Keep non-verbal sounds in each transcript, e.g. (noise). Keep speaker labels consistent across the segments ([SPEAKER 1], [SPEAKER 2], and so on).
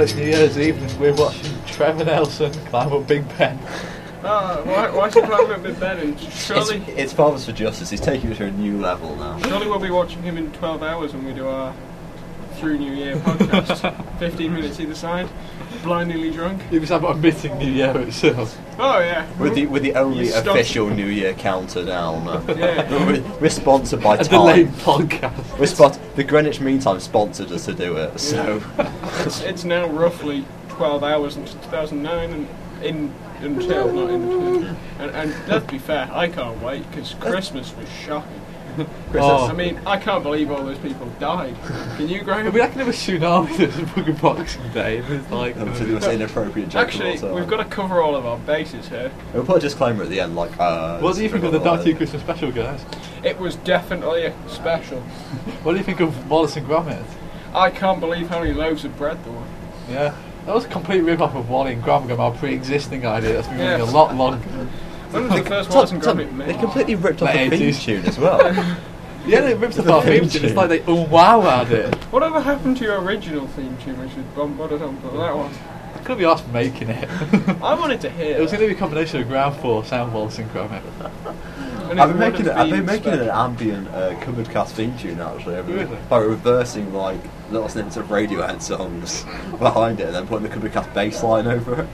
[SPEAKER 1] it's New Year's evening. We're watching Trevor Nelson climb up Big Ben.
[SPEAKER 2] No, Ah, why, why should Climate be better?
[SPEAKER 3] It's,
[SPEAKER 2] Surely,
[SPEAKER 3] it's Fathers for Justice. He's taking it to a new level now.
[SPEAKER 2] surely we'll be watching him in 12 hours when we do our Through New
[SPEAKER 1] (laughs)
[SPEAKER 2] Year podcast. 15 minutes either side, blindingly drunk.
[SPEAKER 1] It was about admitting New Year itself.
[SPEAKER 2] Oh, yeah.
[SPEAKER 3] We're the, we're the only
[SPEAKER 2] You stop-
[SPEAKER 3] official New Year
[SPEAKER 1] (laughs)
[SPEAKER 3] counter now.
[SPEAKER 2] Yeah.
[SPEAKER 3] We're, we're sponsored by
[SPEAKER 1] A delayed
[SPEAKER 3] time.
[SPEAKER 1] podcast.
[SPEAKER 3] We're spot- the Greenwich Mean Time sponsored us to do it,
[SPEAKER 1] (laughs)
[SPEAKER 3] so (laughs)
[SPEAKER 2] It's, it's now roughly 12 hours into 2009 and in until, not in between. And, and let's be fair, I can't wait because Christmas was shocking.
[SPEAKER 1] Oh.
[SPEAKER 2] I mean, I can't believe all those people died. Can you,
[SPEAKER 1] I
[SPEAKER 2] Graham?
[SPEAKER 1] mean, I can have a tsunami that's a fucking boxing day. And it's like,
[SPEAKER 3] um, to do an inappropriate joke.
[SPEAKER 2] Actually, we've got to cover all of our bases here.
[SPEAKER 3] We'll put a disclaimer at the end, like. Uh,
[SPEAKER 1] what do you think of the
[SPEAKER 3] forgot
[SPEAKER 1] Dark
[SPEAKER 3] about it.
[SPEAKER 1] Christmas special, guys?
[SPEAKER 2] It was definitely a special.
[SPEAKER 1] What do you think of Wallace and Gromit?
[SPEAKER 2] I can't believe how many loaves of bread there were.
[SPEAKER 1] Yeah. That was a complete rip-off of Wally and Gromit, our pre-existing idea that's been
[SPEAKER 2] Yeah.
[SPEAKER 1] running a lot longer.
[SPEAKER 2] When was the first
[SPEAKER 3] Tom,
[SPEAKER 2] Wallace and
[SPEAKER 3] Tom,
[SPEAKER 2] Gromit
[SPEAKER 3] they
[SPEAKER 2] made?
[SPEAKER 3] completely ripped off
[SPEAKER 1] Mate,
[SPEAKER 3] the theme
[SPEAKER 1] dude.
[SPEAKER 3] tune
[SPEAKER 1] (laughs)
[SPEAKER 3] as well.
[SPEAKER 1] Yeah, they ripped off
[SPEAKER 3] The
[SPEAKER 1] our theme
[SPEAKER 3] theme
[SPEAKER 1] tune. It's
[SPEAKER 3] tune.
[SPEAKER 1] like they unwowed it.
[SPEAKER 2] Whatever happened to your original theme tune, which was Bum Bada Dum Bada, that one?
[SPEAKER 1] Could be us making it.
[SPEAKER 2] I wanted to hear
[SPEAKER 1] it was
[SPEAKER 2] that.
[SPEAKER 1] going to be a combination of Ground Force and Wallace and Gromit.
[SPEAKER 2] And it
[SPEAKER 3] I've been
[SPEAKER 2] would
[SPEAKER 3] making,
[SPEAKER 2] have
[SPEAKER 3] I've been
[SPEAKER 2] been
[SPEAKER 3] making an
[SPEAKER 2] special.
[SPEAKER 3] ambient uh, covered cast theme tune actually, every,
[SPEAKER 1] Really?
[SPEAKER 3] by reversing like little snippets of Radiohead songs behind it, and then putting the covered cast bass line over it.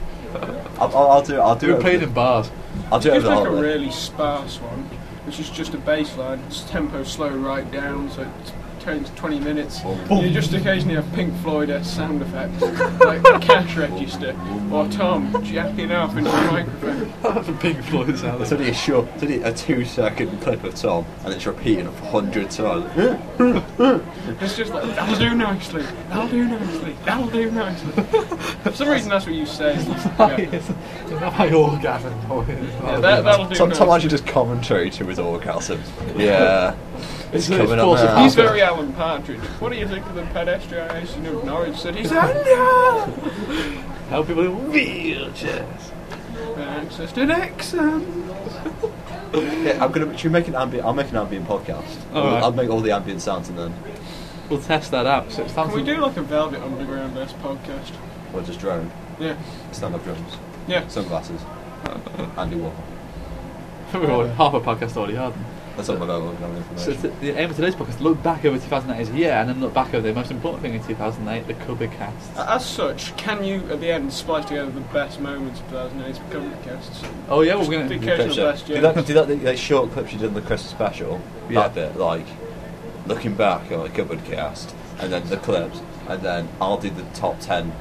[SPEAKER 3] I'll, I'll, I'll do it. I'll do
[SPEAKER 1] We were
[SPEAKER 3] it. over
[SPEAKER 1] playing
[SPEAKER 3] the-
[SPEAKER 1] in bars. (laughs)
[SPEAKER 3] I'll do it.
[SPEAKER 2] It's
[SPEAKER 3] Over the
[SPEAKER 2] like a
[SPEAKER 3] holiday.
[SPEAKER 2] really sparse one, which is just a bass line. It's tempo slow right down, so it turns 20 minutes.
[SPEAKER 3] Boom.
[SPEAKER 2] You just occasionally have Pink Floyd as sound effects, like
[SPEAKER 3] (laughs)
[SPEAKER 2] a cash register, or Tom jacking off into the microphone.
[SPEAKER 1] That's a big Floyd sound.
[SPEAKER 3] It's only a short, it's only a two-second clip of Tom, and it's repeating a hundred times.
[SPEAKER 2] It's just like, that'll do nicely, that'll do nicely, that'll do nicely. For some reason, that's what you say. Yeah.
[SPEAKER 1] It's not my orgasm noise.
[SPEAKER 2] Yeah, that, that'll do
[SPEAKER 3] Tom, Tom
[SPEAKER 2] nicely.
[SPEAKER 3] actually just commentary to his orgasm. Yeah.
[SPEAKER 1] It's
[SPEAKER 3] coming
[SPEAKER 1] it's
[SPEAKER 3] up
[SPEAKER 1] force of
[SPEAKER 3] now.
[SPEAKER 2] He's
[SPEAKER 1] habit.
[SPEAKER 2] very Alan Partridge. What do you think of the pedestrianisation of Norwich City Centre?
[SPEAKER 1] Help people in wheelchairs.
[SPEAKER 2] Access to Nixon.
[SPEAKER 3] (laughs) yeah I'm gonna. Should we make an ambient? I'll make an ambient podcast.
[SPEAKER 1] Alright.
[SPEAKER 3] I'll make all the ambient sounds, and then
[SPEAKER 1] We'll test that out. So it's time
[SPEAKER 2] Can we
[SPEAKER 1] to-
[SPEAKER 2] do like a Velvet Underground based podcast?
[SPEAKER 3] we'll just drone.
[SPEAKER 2] Yeah.
[SPEAKER 3] Stand-up drums,
[SPEAKER 2] Yeah.
[SPEAKER 1] (laughs)
[SPEAKER 3] sunglasses, Andy Warhol.
[SPEAKER 1] We're on half a podcast already, aren't we?
[SPEAKER 3] That's not my level of
[SPEAKER 1] So
[SPEAKER 3] information.
[SPEAKER 1] t- the aim of today's podcast is look back over 2008 as a year and then look back over the most important thing in 2008, the Cubby cast.
[SPEAKER 2] As such, can you at the end splice together the best moments of 2008's cover casts?
[SPEAKER 1] Oh yeah, we're
[SPEAKER 2] Just
[SPEAKER 1] gonna.
[SPEAKER 2] the occasional
[SPEAKER 3] Picture.
[SPEAKER 2] best,
[SPEAKER 3] Did
[SPEAKER 2] yeah.
[SPEAKER 3] that, did that, that short clip you did in the Christmas special?
[SPEAKER 1] Yeah.
[SPEAKER 3] That bit, like looking back on the cupboard cast, and then the clips, and then I'll do the top ten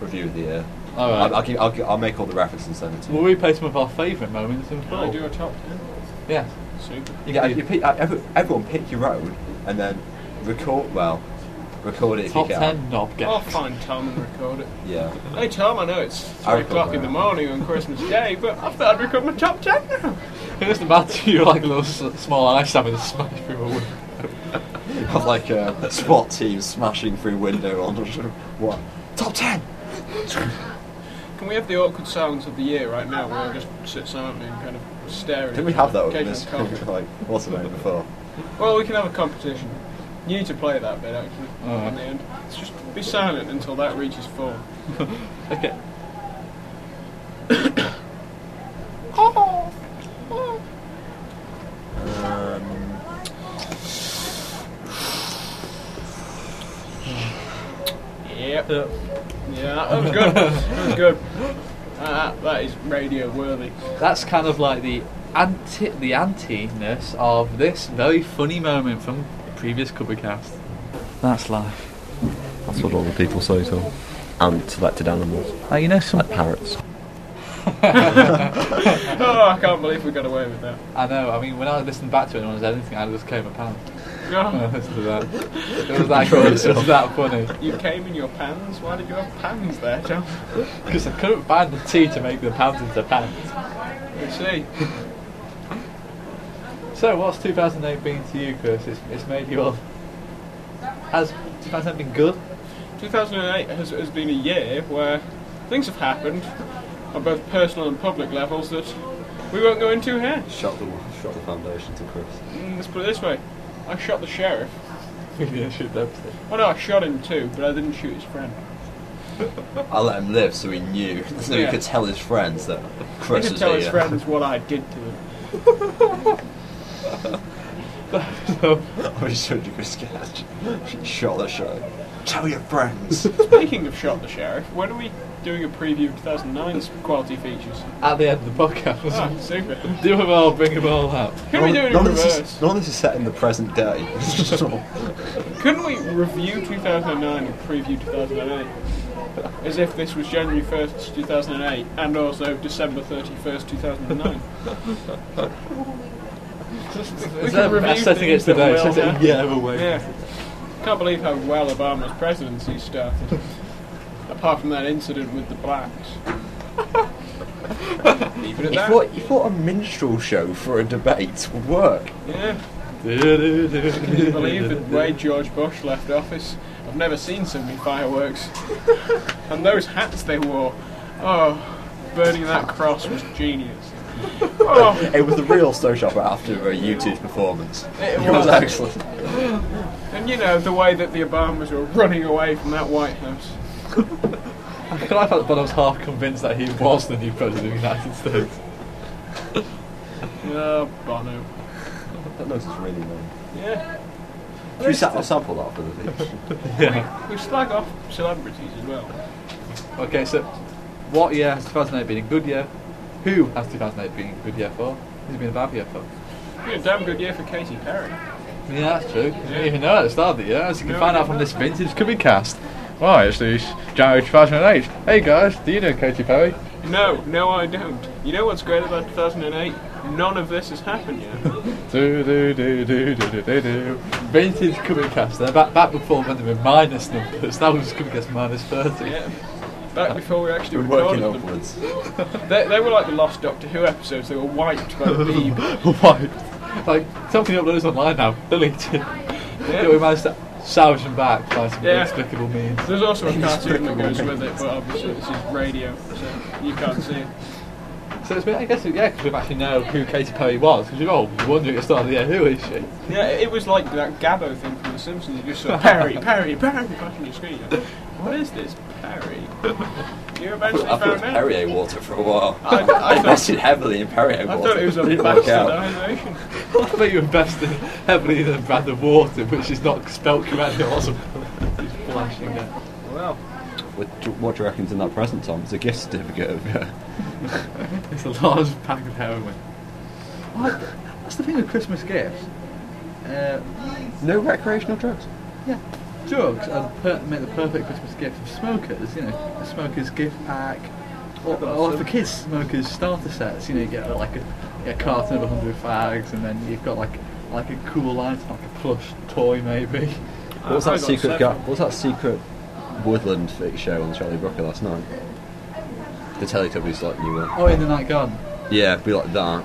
[SPEAKER 3] review of the year.
[SPEAKER 1] All right.
[SPEAKER 3] I'll, I'll, keep, I'll, keep- I'll make all the references and send it to you.
[SPEAKER 1] We'll replay some of our favourite moments in
[SPEAKER 2] Can I
[SPEAKER 1] full.
[SPEAKER 2] do a top
[SPEAKER 1] Yes.
[SPEAKER 2] 10? Super.
[SPEAKER 1] You
[SPEAKER 3] yeah,
[SPEAKER 1] can do
[SPEAKER 3] you pick, uh, every, everyone pick your own, and then record. Well, record it if
[SPEAKER 1] top
[SPEAKER 3] you can.
[SPEAKER 1] 10 knob
[SPEAKER 2] I'll
[SPEAKER 1] gags.
[SPEAKER 2] find Tom and record it.
[SPEAKER 3] Yeah.
[SPEAKER 2] Hey Tom, I know it's 3
[SPEAKER 3] I'll
[SPEAKER 2] o'clock in the
[SPEAKER 3] record that.
[SPEAKER 2] morning on Christmas Day, but I thought I'd record my top 10 now.
[SPEAKER 1] Here's the bad (laughs) to you like a little s- small ice having a smash through a window. (laughs)
[SPEAKER 3] (laughs) Got like a SWAT team smashing through window on us. What? Top ten.
[SPEAKER 2] Can we have the awkward sounds of the year right now where I just sit silently and kind of stare at
[SPEAKER 3] Didn't
[SPEAKER 2] it?
[SPEAKER 3] we have that one? in
[SPEAKER 2] Occasional
[SPEAKER 3] This (laughs)
[SPEAKER 2] comment.
[SPEAKER 3] like what's the name before?
[SPEAKER 2] Well, we can have a competition. You need to play that bit actually.
[SPEAKER 1] Alright.
[SPEAKER 2] On the end, it's just be silent until that reaches four.
[SPEAKER 1] Okay.
[SPEAKER 3] Um,
[SPEAKER 2] Yep. Yeah, that was
[SPEAKER 3] (laughs)
[SPEAKER 2] good. that was good. Uh, that is radio
[SPEAKER 3] (laughs)
[SPEAKER 2] worthy. (laughs)
[SPEAKER 1] That's kind of like the anti the anti-ness of this very funny moment from the previous Cubby cast. That's life.
[SPEAKER 4] That's what all the people say to them. And selected animals,
[SPEAKER 1] Like you know some.
[SPEAKER 4] like
[SPEAKER 1] (laughs)
[SPEAKER 4] parrots.
[SPEAKER 2] Oh, I can't believe we got away with that.
[SPEAKER 1] I know. I mean, when I listened back to it, when I said anything, I just came a pants. When I
[SPEAKER 2] Oh,
[SPEAKER 1] listened to that. It was that good. (laughs) It was that funny.
[SPEAKER 2] you came in your pans. Why did you have pans there, Tom?
[SPEAKER 1] (laughs) Because I couldn't find the tea to make the pants into pants.
[SPEAKER 2] You see,
[SPEAKER 1] So, what's 2008 been to you, Chris? It's, it's made you all. Has 2008 been good? (laughs)
[SPEAKER 2] 2008 has, has been a year where things have happened on both personal and public levels that we won't go into here.
[SPEAKER 3] shot the shot the foundation to Chris.
[SPEAKER 2] Mm, Let's put it this way: I shot the sheriff.
[SPEAKER 1] We didn't shoot them. (laughs)
[SPEAKER 2] Oh no, I shot him too, but I didn't shoot his friend.
[SPEAKER 5] I let him live so he
[SPEAKER 3] (laughs)
[SPEAKER 5] knew, so he
[SPEAKER 2] Yeah.
[SPEAKER 5] could tell his friends that
[SPEAKER 2] He
[SPEAKER 5] Chris
[SPEAKER 2] could
[SPEAKER 5] is
[SPEAKER 2] tell
[SPEAKER 5] here.
[SPEAKER 2] his friends what I did to them.
[SPEAKER 5] I was such a good sketch. Shot the show. Tell your
[SPEAKER 2] (laughs)
[SPEAKER 5] friends.
[SPEAKER 2] Speaking of Shot the Sheriff, when are we doing a preview of 2009's quality features?
[SPEAKER 1] At the end of the podcast.
[SPEAKER 2] Ah, super.
[SPEAKER 1] Do them all, bring them all up.
[SPEAKER 2] Could we do it in
[SPEAKER 5] none, of this
[SPEAKER 2] reverse?
[SPEAKER 5] is, none of this is set in the present day. (laughs)
[SPEAKER 2] Couldn't we review 2009 and preview 2008? As if this was January 1st, 2008, and also December 31st, 2009. we
[SPEAKER 1] Instead
[SPEAKER 2] could
[SPEAKER 1] of
[SPEAKER 2] review
[SPEAKER 1] setting it
[SPEAKER 2] things that
[SPEAKER 1] today,
[SPEAKER 2] well
[SPEAKER 1] set it a
[SPEAKER 2] happened.
[SPEAKER 1] year away.
[SPEAKER 2] Yeah. Can't believe how well Obama's presidency started. Apart from that incident with the blacks. Leave it at
[SPEAKER 5] you,
[SPEAKER 2] that.
[SPEAKER 5] thought, you thought a minstrel show for a debate would work?
[SPEAKER 2] Yeah. Can you believe the way
[SPEAKER 1] Believe
[SPEAKER 2] George Bush left office? I've never seen so many fireworks. and those hats they wore. Oh, burning that cross was genius. Oh,
[SPEAKER 5] It was a real social shop after a U2 performance.
[SPEAKER 2] It was.
[SPEAKER 5] excellent.
[SPEAKER 2] and you know, the way that the Obamas were running away from that White House.
[SPEAKER 1] I thought that but I was half convinced that he was the new president of the United
[SPEAKER 2] (laughs)
[SPEAKER 1] States.
[SPEAKER 2] Oh, Bono.
[SPEAKER 5] That noise is really long.
[SPEAKER 2] Yeah.
[SPEAKER 5] Should we sa- sample that for the thing?
[SPEAKER 1] Yeah.
[SPEAKER 2] We slag off celebrities as well.
[SPEAKER 1] Okay, so what year has 2008 been a good year? Who has 2008 been a good year for? Who's it been a bad year for?
[SPEAKER 2] It's been a damn good year for Katy Perry.
[SPEAKER 1] Yeah, that's true. You didn't even know at the start of the year, as you can find out from this vintage cubby cast. Right, it's the January 2008. Hey guys, do you know Katy Perry?
[SPEAKER 2] No, no, I don't. You know what's great about 2008? None of this has
[SPEAKER 5] (laughs)
[SPEAKER 2] happened yet.
[SPEAKER 1] Do, do, do, do, do, do, do, do. Vintage cubby cast. They're back, back before when they were minus numbers. That was cubby cast minus 30.
[SPEAKER 2] yeah. Back before we actually
[SPEAKER 5] We're working
[SPEAKER 2] recorded them.
[SPEAKER 5] upwards.
[SPEAKER 2] They, they were like the lost Doctor Who episodes. They were wiped by the Beeb.
[SPEAKER 1] (laughs) Why? Like, something uploads online now, deleted. Yeah. We managed to salvage them back by some
[SPEAKER 2] Yeah.
[SPEAKER 1] inexplicable means.
[SPEAKER 2] There's also a cartoon that goes with it, but obviously this is radio, so you can't see it.
[SPEAKER 1] So it's been, I guess, yeah, because we actually know who Katy Perry was, because you're all wondering at the start of the year, who is she?
[SPEAKER 2] Yeah, it was like that Gabbo thing from The Simpsons. You just saw Perry, Perry, Perry flashing your screen. You're like, what is this, Perry? You
[SPEAKER 5] I
[SPEAKER 2] eventually
[SPEAKER 5] thought it
[SPEAKER 2] found
[SPEAKER 5] was
[SPEAKER 2] out.
[SPEAKER 5] Perrier water for a while.
[SPEAKER 2] I- I
[SPEAKER 5] (laughs)
[SPEAKER 2] thought-
[SPEAKER 5] I invested heavily in Perrier
[SPEAKER 2] I
[SPEAKER 5] water.
[SPEAKER 2] thought it was a
[SPEAKER 5] Didn't work out.
[SPEAKER 2] bastardization.
[SPEAKER 1] I bet you invested heavily in a brand of water, which is not spelt correctly, also. It's flashing there.
[SPEAKER 2] Well,
[SPEAKER 3] What do, what do you reckon's in that present, Tom? It's a gift certificate of
[SPEAKER 5] uh,
[SPEAKER 3] yeah.
[SPEAKER 1] It's a large pack of heroin. What? That's the thing with Christmas gifts. Uh,
[SPEAKER 3] No recreational drugs.
[SPEAKER 1] yeah, drugs are the per- make the perfect Christmas gift for smokers. You know, a smoker's gift pack, or, or for kids, smokers starter sets. You know, you get uh, like a, a carton of hundred fags, and then you've got like like a cool item, like a plush toy maybe.
[SPEAKER 3] What was
[SPEAKER 2] I- I got
[SPEAKER 3] that secret?
[SPEAKER 2] seven.
[SPEAKER 3] Ga- what was that secret woodland fake show on Charlie Brooker last night? The Teletubbies like you were.
[SPEAKER 1] Oh, in the night garden.
[SPEAKER 3] Yeah, it'd be like that.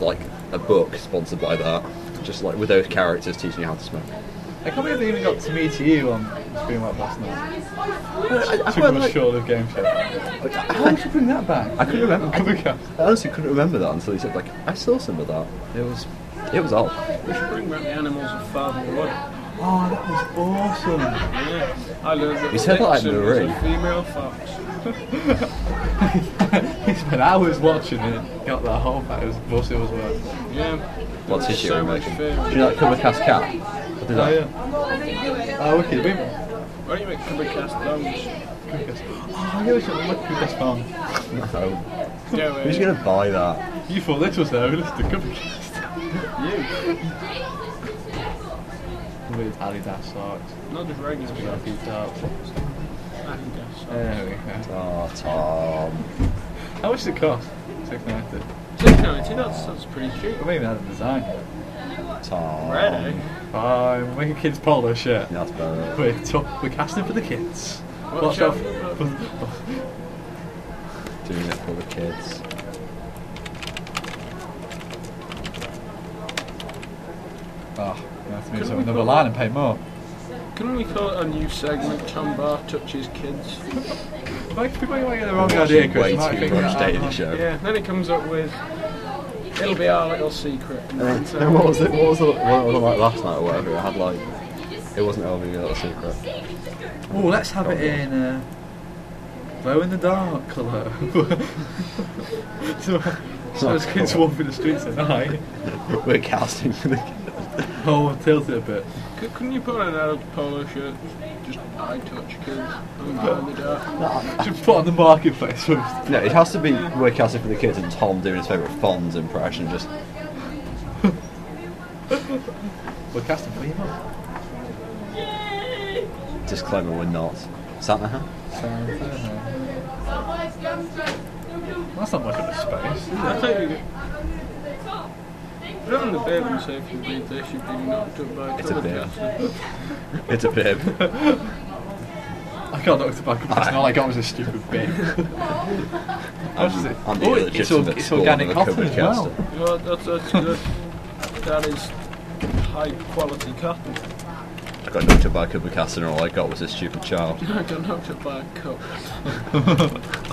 [SPEAKER 3] Like a book sponsored by that. Just like with those characters teaching you how to smoke.
[SPEAKER 1] I can't believe they even got to me to you on Streamlab last night.
[SPEAKER 3] I,
[SPEAKER 1] Took them a short of game show. How did you bring that back?
[SPEAKER 3] I couldn't remember.
[SPEAKER 1] Cover cast.
[SPEAKER 3] I honestly couldn't remember that until he said like I saw some of that. It was it was odd.
[SPEAKER 2] we should bring back the animals of Father Wood.
[SPEAKER 1] Oh, that was awesome.
[SPEAKER 2] Yeah, I learned that
[SPEAKER 3] You said that like
[SPEAKER 2] Nixon was a
[SPEAKER 3] Marie.
[SPEAKER 2] female fox.
[SPEAKER 1] (laughs) he spent hours watching it. Got that whole back. It was bullshit was worth.
[SPEAKER 2] Yeah.
[SPEAKER 3] What
[SPEAKER 2] There was
[SPEAKER 3] tissue
[SPEAKER 2] so
[SPEAKER 3] we're
[SPEAKER 2] much
[SPEAKER 3] making?
[SPEAKER 2] fear.
[SPEAKER 3] Do you like cover cast cat? I did
[SPEAKER 1] Oh
[SPEAKER 3] that.
[SPEAKER 1] yeah. Oh wicked. We,
[SPEAKER 2] Why don't you make cover cast lungs?
[SPEAKER 1] oh, I really should look at this farm.
[SPEAKER 3] No.
[SPEAKER 2] Yeah, well,
[SPEAKER 3] Who's gonna buy that?
[SPEAKER 1] You thought this was though. This is the cubbycast.
[SPEAKER 2] you.
[SPEAKER 1] With Adidas socks,
[SPEAKER 2] Not just regular
[SPEAKER 1] Nike darts.
[SPEAKER 2] Adidas.
[SPEAKER 1] There we go.
[SPEAKER 3] Oh Tom.
[SPEAKER 1] How much does it cost? Six ninety.
[SPEAKER 2] Six ninety. That's that's pretty cheap.
[SPEAKER 1] I mean, had a design.
[SPEAKER 3] Tom.
[SPEAKER 2] Right, eh?
[SPEAKER 1] Fine. Make a kids polo shirt.
[SPEAKER 3] That's better.
[SPEAKER 1] We're, to- we're casting for the kids.
[SPEAKER 2] Watch
[SPEAKER 1] Watch
[SPEAKER 2] out
[SPEAKER 1] out
[SPEAKER 2] for-
[SPEAKER 1] for-
[SPEAKER 3] Doing it for the kids.
[SPEAKER 1] Oh, we have to move
[SPEAKER 2] Couldn't
[SPEAKER 1] to
[SPEAKER 2] we
[SPEAKER 1] another
[SPEAKER 2] put-
[SPEAKER 1] line and pay more.
[SPEAKER 2] Can we call it a new segment? Tom Bar touches kids.
[SPEAKER 1] Like, people might get the wrong idea, Chris.
[SPEAKER 3] Way
[SPEAKER 1] might
[SPEAKER 3] too
[SPEAKER 1] think
[SPEAKER 3] much
[SPEAKER 1] that-
[SPEAKER 3] dating show.
[SPEAKER 2] Yeah. Then it comes up with. It'll be our little secret. And then
[SPEAKER 3] (laughs)
[SPEAKER 2] so-
[SPEAKER 3] (laughs) And what was it? What was it? What was it like last night or whatever? It had like. It wasn't only a little secret.
[SPEAKER 1] Oh, let's have it in. Uh, glow in the dark club. (laughs) so, so
[SPEAKER 3] not
[SPEAKER 1] as kids
[SPEAKER 3] cool.
[SPEAKER 1] walking the streets at night,
[SPEAKER 3] (laughs) We're casting for the.
[SPEAKER 1] oh, I tilted a bit.
[SPEAKER 2] uh, C- couldn't you put on an adult polo shirt? Just eye touch kids. I'm in the dark.
[SPEAKER 1] Should put on the marketplace first.
[SPEAKER 3] (laughs) No, it has to be we're casting for the kids and Tom doing his favourite Fonz impression. Just
[SPEAKER 1] We're casting for you, Mum.
[SPEAKER 3] disclaimer, we're not Santa. Huh?
[SPEAKER 1] That's not much of a space, (laughs) is
[SPEAKER 2] I
[SPEAKER 1] it?
[SPEAKER 2] think you could- Put it on the bib and say if you read this, you've been knocked up by a
[SPEAKER 3] It's a
[SPEAKER 2] colour person.
[SPEAKER 3] It's a bib.
[SPEAKER 1] I can't look back up. It's not like I was a stupid (laughs) bit.
[SPEAKER 3] (laughs) I'm, I'm
[SPEAKER 1] Oh,
[SPEAKER 3] the
[SPEAKER 1] it's org-
[SPEAKER 3] illegitimate
[SPEAKER 1] it's
[SPEAKER 3] spawn of
[SPEAKER 1] organic
[SPEAKER 3] a
[SPEAKER 1] cotton
[SPEAKER 3] cupboard
[SPEAKER 1] as well.
[SPEAKER 3] caster.
[SPEAKER 2] You know, that's, that's good. That is high quality cotton.
[SPEAKER 3] I got knocked up by a cupboard caster and all I got was a stupid child.
[SPEAKER 2] (laughs) I got knocked up by a cup.
[SPEAKER 1] (laughs)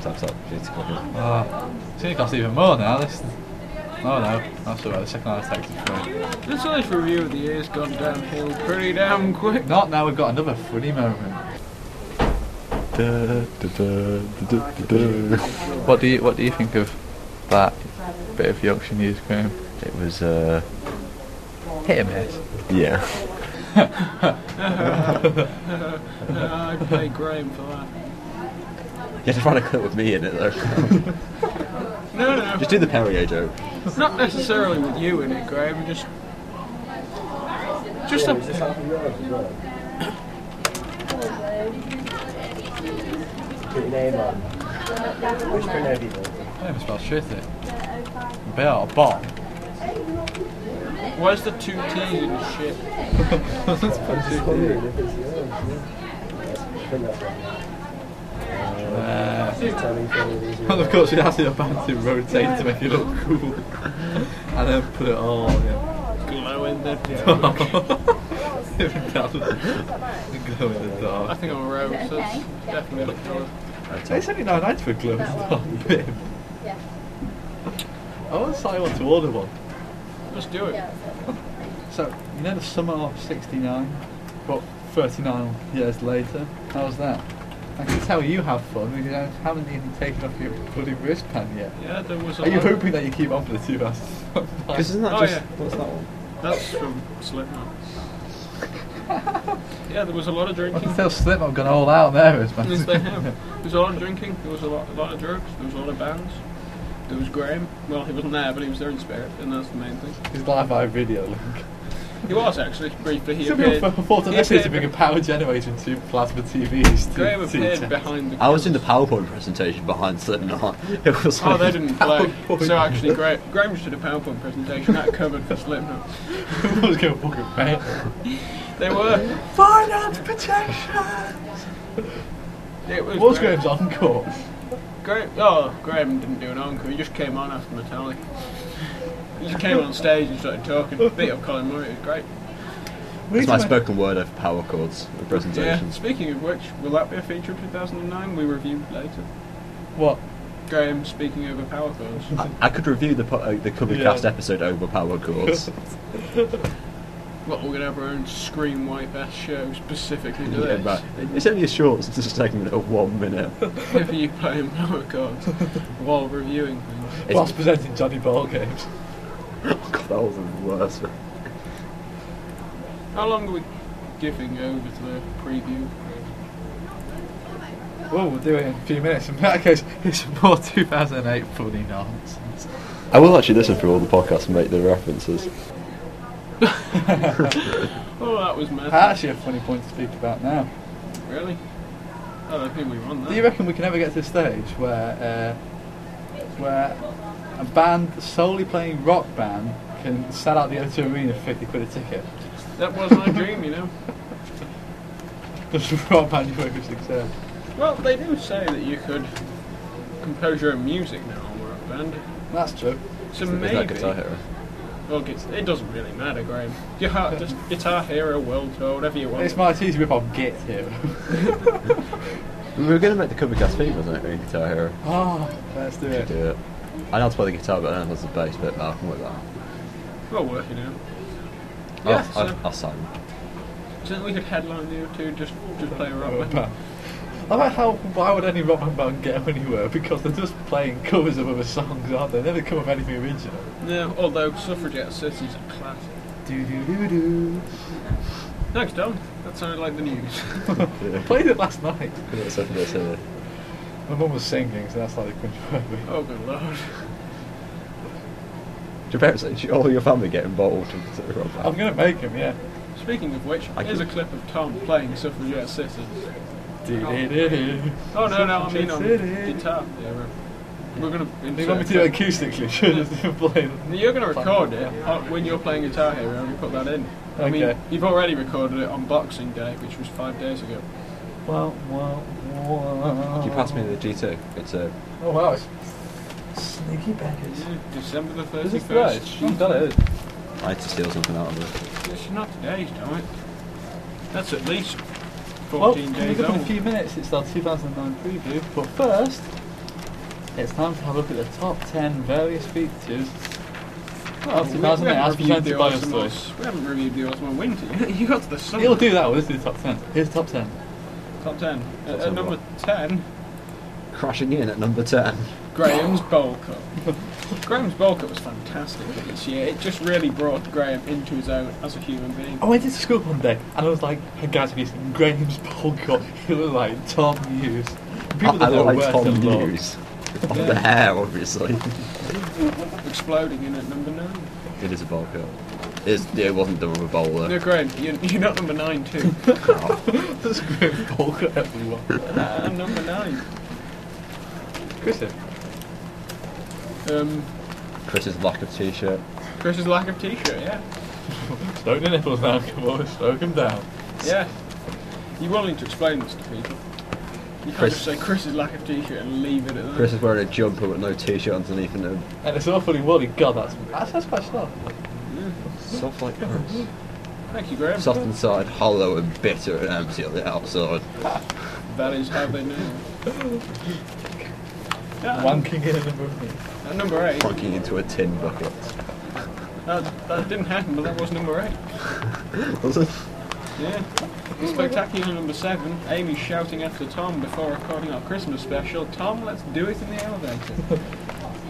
[SPEAKER 3] Tap, tap, it's cotton.
[SPEAKER 1] Oh, see, it costs even more now. This. Oh no, that's alright. The second I attacked is free.
[SPEAKER 2] This nice review of the year's gone downhill pretty damn quick. (laughs)
[SPEAKER 1] Not now. We've got another funny moment. What do you What do you think of that bit of Yorkshire news, Graham?
[SPEAKER 3] It was, uh,
[SPEAKER 1] Hit and miss.
[SPEAKER 3] yeah.
[SPEAKER 1] (laughs)
[SPEAKER 2] Uh, I'd pay Graham for that.
[SPEAKER 3] You had to find a clip with me in it (laughs) though.
[SPEAKER 2] No, no,
[SPEAKER 3] just do the Perrier joke.
[SPEAKER 2] not necessarily with you in it, Graham. Just, just a,
[SPEAKER 6] Put your name on. Which Brunelli though?
[SPEAKER 1] Graham spells shitty. Bill, Bob.
[SPEAKER 2] where's the two T's in shit?
[SPEAKER 6] Just wondering if it's yours. Yeah. Bring that one.
[SPEAKER 1] Uh,
[SPEAKER 6] Just telling people it is
[SPEAKER 1] and
[SPEAKER 6] yours.
[SPEAKER 1] (laughs) of course, you have to about to rotate to make it look cool, and then put it all. Yeah. (laughs)
[SPEAKER 2] Glow in the dark.
[SPEAKER 1] That was- glow in the
[SPEAKER 2] I
[SPEAKER 1] dark.
[SPEAKER 2] think I'm around, so it's definitely a colour.
[SPEAKER 1] It's only nine ninety for a glow in the dark. bib.
[SPEAKER 7] Yeah.
[SPEAKER 1] I want to say I want to order one.
[SPEAKER 2] Let's do it.
[SPEAKER 1] So you know the summer of '69, but 39 years later. How's that? I can tell you have fun. You know, haven't even taken off your bloody wristband yet.
[SPEAKER 2] Yeah, there was. a
[SPEAKER 1] Are you
[SPEAKER 2] lot-
[SPEAKER 1] hoping that you keep on for the two
[SPEAKER 2] (laughs)
[SPEAKER 1] hours?
[SPEAKER 3] Because isn't that
[SPEAKER 2] Oh,
[SPEAKER 3] just.
[SPEAKER 2] yeah.
[SPEAKER 3] What's that one?
[SPEAKER 2] That's from Slipknot. yeah, there was a lot of
[SPEAKER 1] I can
[SPEAKER 2] drinking.
[SPEAKER 1] tell Slip I've gone all out there, is
[SPEAKER 2] Yes,
[SPEAKER 1] (laughs)
[SPEAKER 2] they have. There was a lot of drinking. There was a lot, a lot of drugs. There was a lot of bands. There was Graham. Well, he wasn't there, but he was there in spirit, and that's the main thing.
[SPEAKER 1] His live by video link.
[SPEAKER 2] He was actually briefly. He
[SPEAKER 1] Some people
[SPEAKER 2] appeared.
[SPEAKER 1] thought of
[SPEAKER 2] he
[SPEAKER 1] this is to
[SPEAKER 2] appeared
[SPEAKER 1] bring a
[SPEAKER 2] be-
[SPEAKER 1] power generator and two plasma TVs to
[SPEAKER 2] Graham
[SPEAKER 1] to
[SPEAKER 2] appeared
[SPEAKER 1] test. (laughs)
[SPEAKER 2] behind the.
[SPEAKER 3] I was in the PowerPoint presentation behind Slipknot. (laughs) It was
[SPEAKER 2] Oh,
[SPEAKER 3] like
[SPEAKER 2] they didn't play.
[SPEAKER 1] PowerPoint.
[SPEAKER 2] So actually, Graham, Graham just did a PowerPoint presentation that covered for Slipknot.
[SPEAKER 1] I was going fucking fail.
[SPEAKER 2] They were.
[SPEAKER 1] Finance protection!
[SPEAKER 2] It was.
[SPEAKER 1] What's
[SPEAKER 2] Graham.
[SPEAKER 1] Graham's encore?
[SPEAKER 2] Graham. Oh, Graham didn't do an encore. He just came on after Metallica. He just came on stage and started talking. Beat up Colin Murray. It was great.
[SPEAKER 1] We
[SPEAKER 3] It's my
[SPEAKER 1] need to make-
[SPEAKER 3] spoken word of power chords of
[SPEAKER 2] Yeah.
[SPEAKER 3] presentations.
[SPEAKER 2] Speaking of which, will that be a feature of 2009? We review later.
[SPEAKER 1] What?
[SPEAKER 2] Graham speaking over power chords.
[SPEAKER 3] I, I could review the po- uh, the cover
[SPEAKER 1] Yeah.
[SPEAKER 3] cast episode over
[SPEAKER 2] (laughs)
[SPEAKER 3] power chords.
[SPEAKER 2] What we're gonna have our own scream white ass show specifically to
[SPEAKER 3] Yeah, but
[SPEAKER 2] (laughs) this.
[SPEAKER 3] it's only a short s- segment of
[SPEAKER 2] (laughs)
[SPEAKER 3] one minute.
[SPEAKER 2] If you playing power chords while reviewing things.
[SPEAKER 3] It's-
[SPEAKER 1] Whilst presenting Johnny Ball games.
[SPEAKER 3] Oh, God, that was
[SPEAKER 2] (laughs)
[SPEAKER 3] the worst.
[SPEAKER 2] How long are we giving over to the
[SPEAKER 1] (laughs)
[SPEAKER 2] preview?
[SPEAKER 1] Well, we'll do it in a few minutes. In that case, it's more (laughs) 2008 funny nonsense.
[SPEAKER 3] I will actually listen through all the podcasts and make the references.
[SPEAKER 2] Oh, that was mad.
[SPEAKER 1] Actually, a funny point to speak about now.
[SPEAKER 2] Really? I don't think we won that.
[SPEAKER 1] Do you reckon we can ever get to a stage where uh, where a band solely playing rock band can sell out the O2 Arena for 50 quid a ticket?
[SPEAKER 2] that was my dream,
[SPEAKER 1] (laughs)
[SPEAKER 2] you know.
[SPEAKER 1] Does rock band you work with success?
[SPEAKER 2] Well, they do say that you could compose your own music now on rock band.
[SPEAKER 1] That's true.
[SPEAKER 2] So
[SPEAKER 3] Is
[SPEAKER 2] maybe.
[SPEAKER 3] that Guitar Hero?
[SPEAKER 2] Well, it's- it doesn't really matter, Graham. You have just Guitar Hero, World Tour, whatever you want.
[SPEAKER 1] It's my easy rip off Git
[SPEAKER 2] (laughs)
[SPEAKER 1] here. (laughs)
[SPEAKER 3] We were going to make the cover cast famous, weren't we? Guitar Hero.
[SPEAKER 1] oh, let's do
[SPEAKER 3] Should
[SPEAKER 1] it.
[SPEAKER 3] do it. I know how to play the guitar, but I don't know how to play the bass bit. But uh, I can work that. out.
[SPEAKER 2] Well, working out.
[SPEAKER 3] I'll-
[SPEAKER 2] Yeah,
[SPEAKER 3] I'll,
[SPEAKER 2] so-
[SPEAKER 3] I'll sign.
[SPEAKER 1] Oh,
[SPEAKER 2] So we could headline you two just just play a rock band.
[SPEAKER 1] Rock band. I like how why would any rock band get anywhere? Because they're just playing covers of other songs, aren't they? They never come up with anything original.
[SPEAKER 2] No, although Suffragette City is a classic.
[SPEAKER 1] Do do do do.
[SPEAKER 2] Next on, that sounded like the news.
[SPEAKER 1] (laughs) Played it last night.
[SPEAKER 3] That's something that's in there.
[SPEAKER 1] My mum was singing, so that's like a controversy.
[SPEAKER 2] oh good lord.
[SPEAKER 3] Do your parents, did all your family get (laughs) involved with the rock band?
[SPEAKER 1] I'm gonna make him, yeah.
[SPEAKER 2] Speaking of which,
[SPEAKER 3] I
[SPEAKER 2] here's a
[SPEAKER 3] can-
[SPEAKER 2] clip of Tom playing Suffragette City.
[SPEAKER 1] Do do do.
[SPEAKER 2] Oh no, no, I mean on
[SPEAKER 1] City.
[SPEAKER 2] guitar. Yeah, we're, we're gonna.
[SPEAKER 1] They want me to do it acoustically, (laughs) should I just play it?
[SPEAKER 2] You're going to record it uh, when you're playing Guitar Hero and you put that in. I mean,
[SPEAKER 1] Okay.
[SPEAKER 2] you've already recorded it on Boxing Day, which was five days ago.
[SPEAKER 1] Wow, wow, wow.
[SPEAKER 3] Can you pass me the G2? It's a.
[SPEAKER 1] Oh wow. Sneaky beggars.
[SPEAKER 2] December the
[SPEAKER 1] This is
[SPEAKER 2] 31st.
[SPEAKER 1] right. She's done it.
[SPEAKER 3] I had to steal something out of it.
[SPEAKER 2] Oh, It's not today, damn it. That's at least
[SPEAKER 1] Well,
[SPEAKER 2] 14
[SPEAKER 1] coming
[SPEAKER 2] days
[SPEAKER 1] up in a
[SPEAKER 2] old.
[SPEAKER 1] few minutes, it's our 2009 preview. But first, it's time to have a look at the top 10 various features
[SPEAKER 2] Oh,
[SPEAKER 1] of
[SPEAKER 2] we- we haven't
[SPEAKER 1] 2008 as
[SPEAKER 2] reviewed the
[SPEAKER 1] presented by
[SPEAKER 2] Osmo-
[SPEAKER 1] us.
[SPEAKER 2] We haven't reviewed the Osmo Winter yet. (laughs) You got to the summer.
[SPEAKER 1] He'll do that when this is the top 10. Here's top 10.
[SPEAKER 2] Top 10. At,
[SPEAKER 3] Top
[SPEAKER 2] at
[SPEAKER 3] 10
[SPEAKER 2] number
[SPEAKER 3] what?
[SPEAKER 2] 10,
[SPEAKER 3] Crashing in at number 10.
[SPEAKER 2] Graham's Bowl (laughs) Cut. Graham's Bowl Cut was fantastic this year. It just really brought Graham into his own as a human being.
[SPEAKER 1] Oh, I went to school one day and I was like, hey guys, it's Graham's poll cut. (laughs) He was like Tom Hughes. People
[SPEAKER 3] I, I
[SPEAKER 1] that know
[SPEAKER 3] like
[SPEAKER 1] worse
[SPEAKER 3] Tom
[SPEAKER 1] than Lord. (laughs)
[SPEAKER 3] Hughes. Off the hair, obviously.
[SPEAKER 2] Exploding in at number nine.
[SPEAKER 3] it is a bowl cut. It, is, it wasn't done with a bowler.
[SPEAKER 2] No, Graham, (laughs) you're, you're not number nine too.
[SPEAKER 3] Crap.
[SPEAKER 1] Just Graham poll cut everyone.
[SPEAKER 2] Uh, I'm number nine.
[SPEAKER 1] Chris,
[SPEAKER 2] Um,
[SPEAKER 3] Chris's lack of t-shirt.
[SPEAKER 2] Chris's lack of t-shirt, yeah,
[SPEAKER 1] Stoke the nipples now, come on, stoke them down.
[SPEAKER 2] yeah. You will need to explain this to people. You can't
[SPEAKER 3] Chris-
[SPEAKER 2] just say Chris's lack of t-shirt and leave it at that.
[SPEAKER 3] Chris is wearing a jumper with no t-shirt underneath and a
[SPEAKER 1] And it's awfully woolly. God, that's that's, that's quite sharp.
[SPEAKER 3] soft like Chris.
[SPEAKER 2] Thank you, Graham.
[SPEAKER 3] Soft inside, hollow and bitter and empty on the outside.
[SPEAKER 2] That is how they know. Yeah,
[SPEAKER 1] Wanking in a number of me.
[SPEAKER 2] At number eight.
[SPEAKER 3] Plunking into a tin bucket. (laughs)
[SPEAKER 2] That, that didn't happen, but that was number eight.
[SPEAKER 3] Oh,
[SPEAKER 2] Yeah. Spectacular number seven. Amy shouting after Tom before recording our Christmas special. Tom, let's do it in the elevator.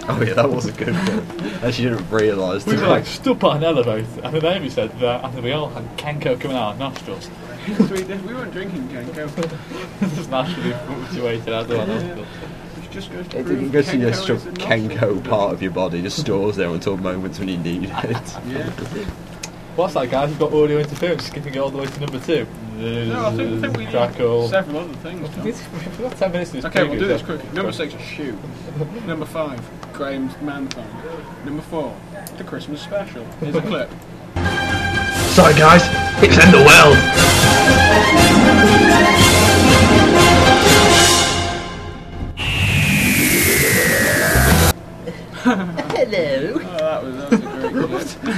[SPEAKER 3] oh yeah, that was a good one. And she didn't realise.
[SPEAKER 1] We
[SPEAKER 3] did
[SPEAKER 1] were like
[SPEAKER 3] she?
[SPEAKER 1] stood by an elevator, and then Amy said that, and then we all had Kenko coming out of our nostrils. (laughs)
[SPEAKER 2] we, did- we weren't drinking Kenko.
[SPEAKER 1] just naturally fluctuated out of our nostrils.
[SPEAKER 2] Which just goes to
[SPEAKER 3] It
[SPEAKER 2] prove
[SPEAKER 3] didn't go to your
[SPEAKER 2] Kenko
[SPEAKER 3] sort
[SPEAKER 2] is
[SPEAKER 3] of
[SPEAKER 2] a
[SPEAKER 3] Kenko
[SPEAKER 2] nonsense.
[SPEAKER 3] part of your body, just stores there until moments when
[SPEAKER 1] (laughs)
[SPEAKER 3] you need it. (laughs)
[SPEAKER 2] Yeah.
[SPEAKER 1] What's that, guys? We've got audio interference, skipping it all the way to number two.
[SPEAKER 2] No, I think, I think we need
[SPEAKER 1] Crackle.
[SPEAKER 2] several other things. Tom.
[SPEAKER 1] We've got ten minutes. To
[SPEAKER 2] Okay, we'll do this quickly. Number six is shoe. Number five, Graham's man phone. Number four, the Christmas special. Here's a clip.
[SPEAKER 3] Sorry guys, it's in the
[SPEAKER 2] (laughs)
[SPEAKER 3] well.
[SPEAKER 2] Oh, that was, that was a great clip.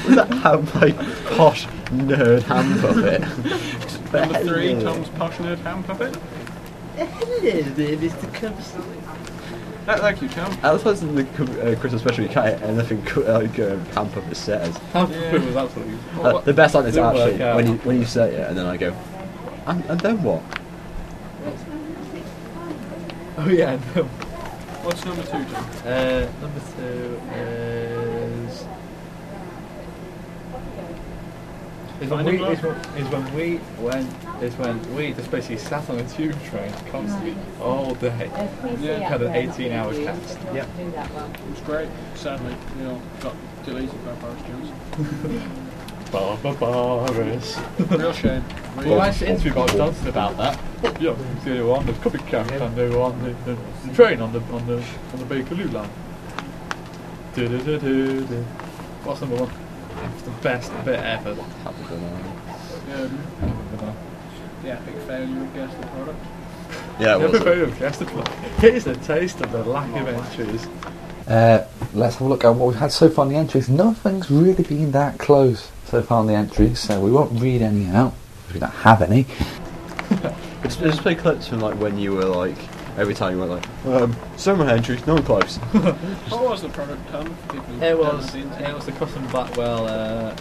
[SPEAKER 3] Was that how my posh nerd hand puppet?
[SPEAKER 1] (laughs)
[SPEAKER 2] Number three, Tom's posh nerd hand puppet. Uh, thank you, Tom.
[SPEAKER 3] I was in the com- uh, Christmas special, you can't hit anything co- like uh, hand puppet says.
[SPEAKER 1] It (laughs) was absolutely.
[SPEAKER 3] Uh, the best line is
[SPEAKER 1] Didn't work
[SPEAKER 3] actually
[SPEAKER 1] out.
[SPEAKER 3] when you when you say it, and then I go, and, and then what?
[SPEAKER 1] Oh yeah. No.
[SPEAKER 2] What's number two, Tom?
[SPEAKER 1] Uh, number two is. Is when, we,
[SPEAKER 2] Finding
[SPEAKER 1] is, when,
[SPEAKER 2] Glover?
[SPEAKER 1] is when we went is when we just basically sat on a tube train constantly all day.
[SPEAKER 2] Yeah,
[SPEAKER 1] had an 18 hour cast.
[SPEAKER 3] Yep.
[SPEAKER 2] It was great. Sadly, we all got deleted by Boris (laughs) Johnson.
[SPEAKER 1] Barbara (laughs) Boris.
[SPEAKER 2] Real shame.
[SPEAKER 1] Well,
[SPEAKER 2] Real.
[SPEAKER 1] I actually interviewed Bob Johnson about that. Yeah, they were on the copy camp and they were on the, the, the train on the on the on the Bakerloo line. Du-du-du-du-du. What's number one? It's the best bit ever.
[SPEAKER 3] Happy for now.
[SPEAKER 2] Um, the epic failure of Guess the Product.
[SPEAKER 3] Yeah, it
[SPEAKER 1] Never
[SPEAKER 3] was.
[SPEAKER 1] very
[SPEAKER 8] (laughs)
[SPEAKER 1] impressed with that. Here's a taste of the lack of entries.
[SPEAKER 7] Uh, let's have a look at what we've had so far in the entries. Nothing's really been that close so far in the entries, so we won't read any out. We don't have any.
[SPEAKER 3] Just, just play clips from like when you were like every time you went like um, summer entries, no close. (laughs)
[SPEAKER 2] What was the product, Tom? for people who
[SPEAKER 1] It
[SPEAKER 2] don't
[SPEAKER 1] was
[SPEAKER 2] know the
[SPEAKER 1] it
[SPEAKER 2] internet?
[SPEAKER 1] was the Custom Blackwell uh,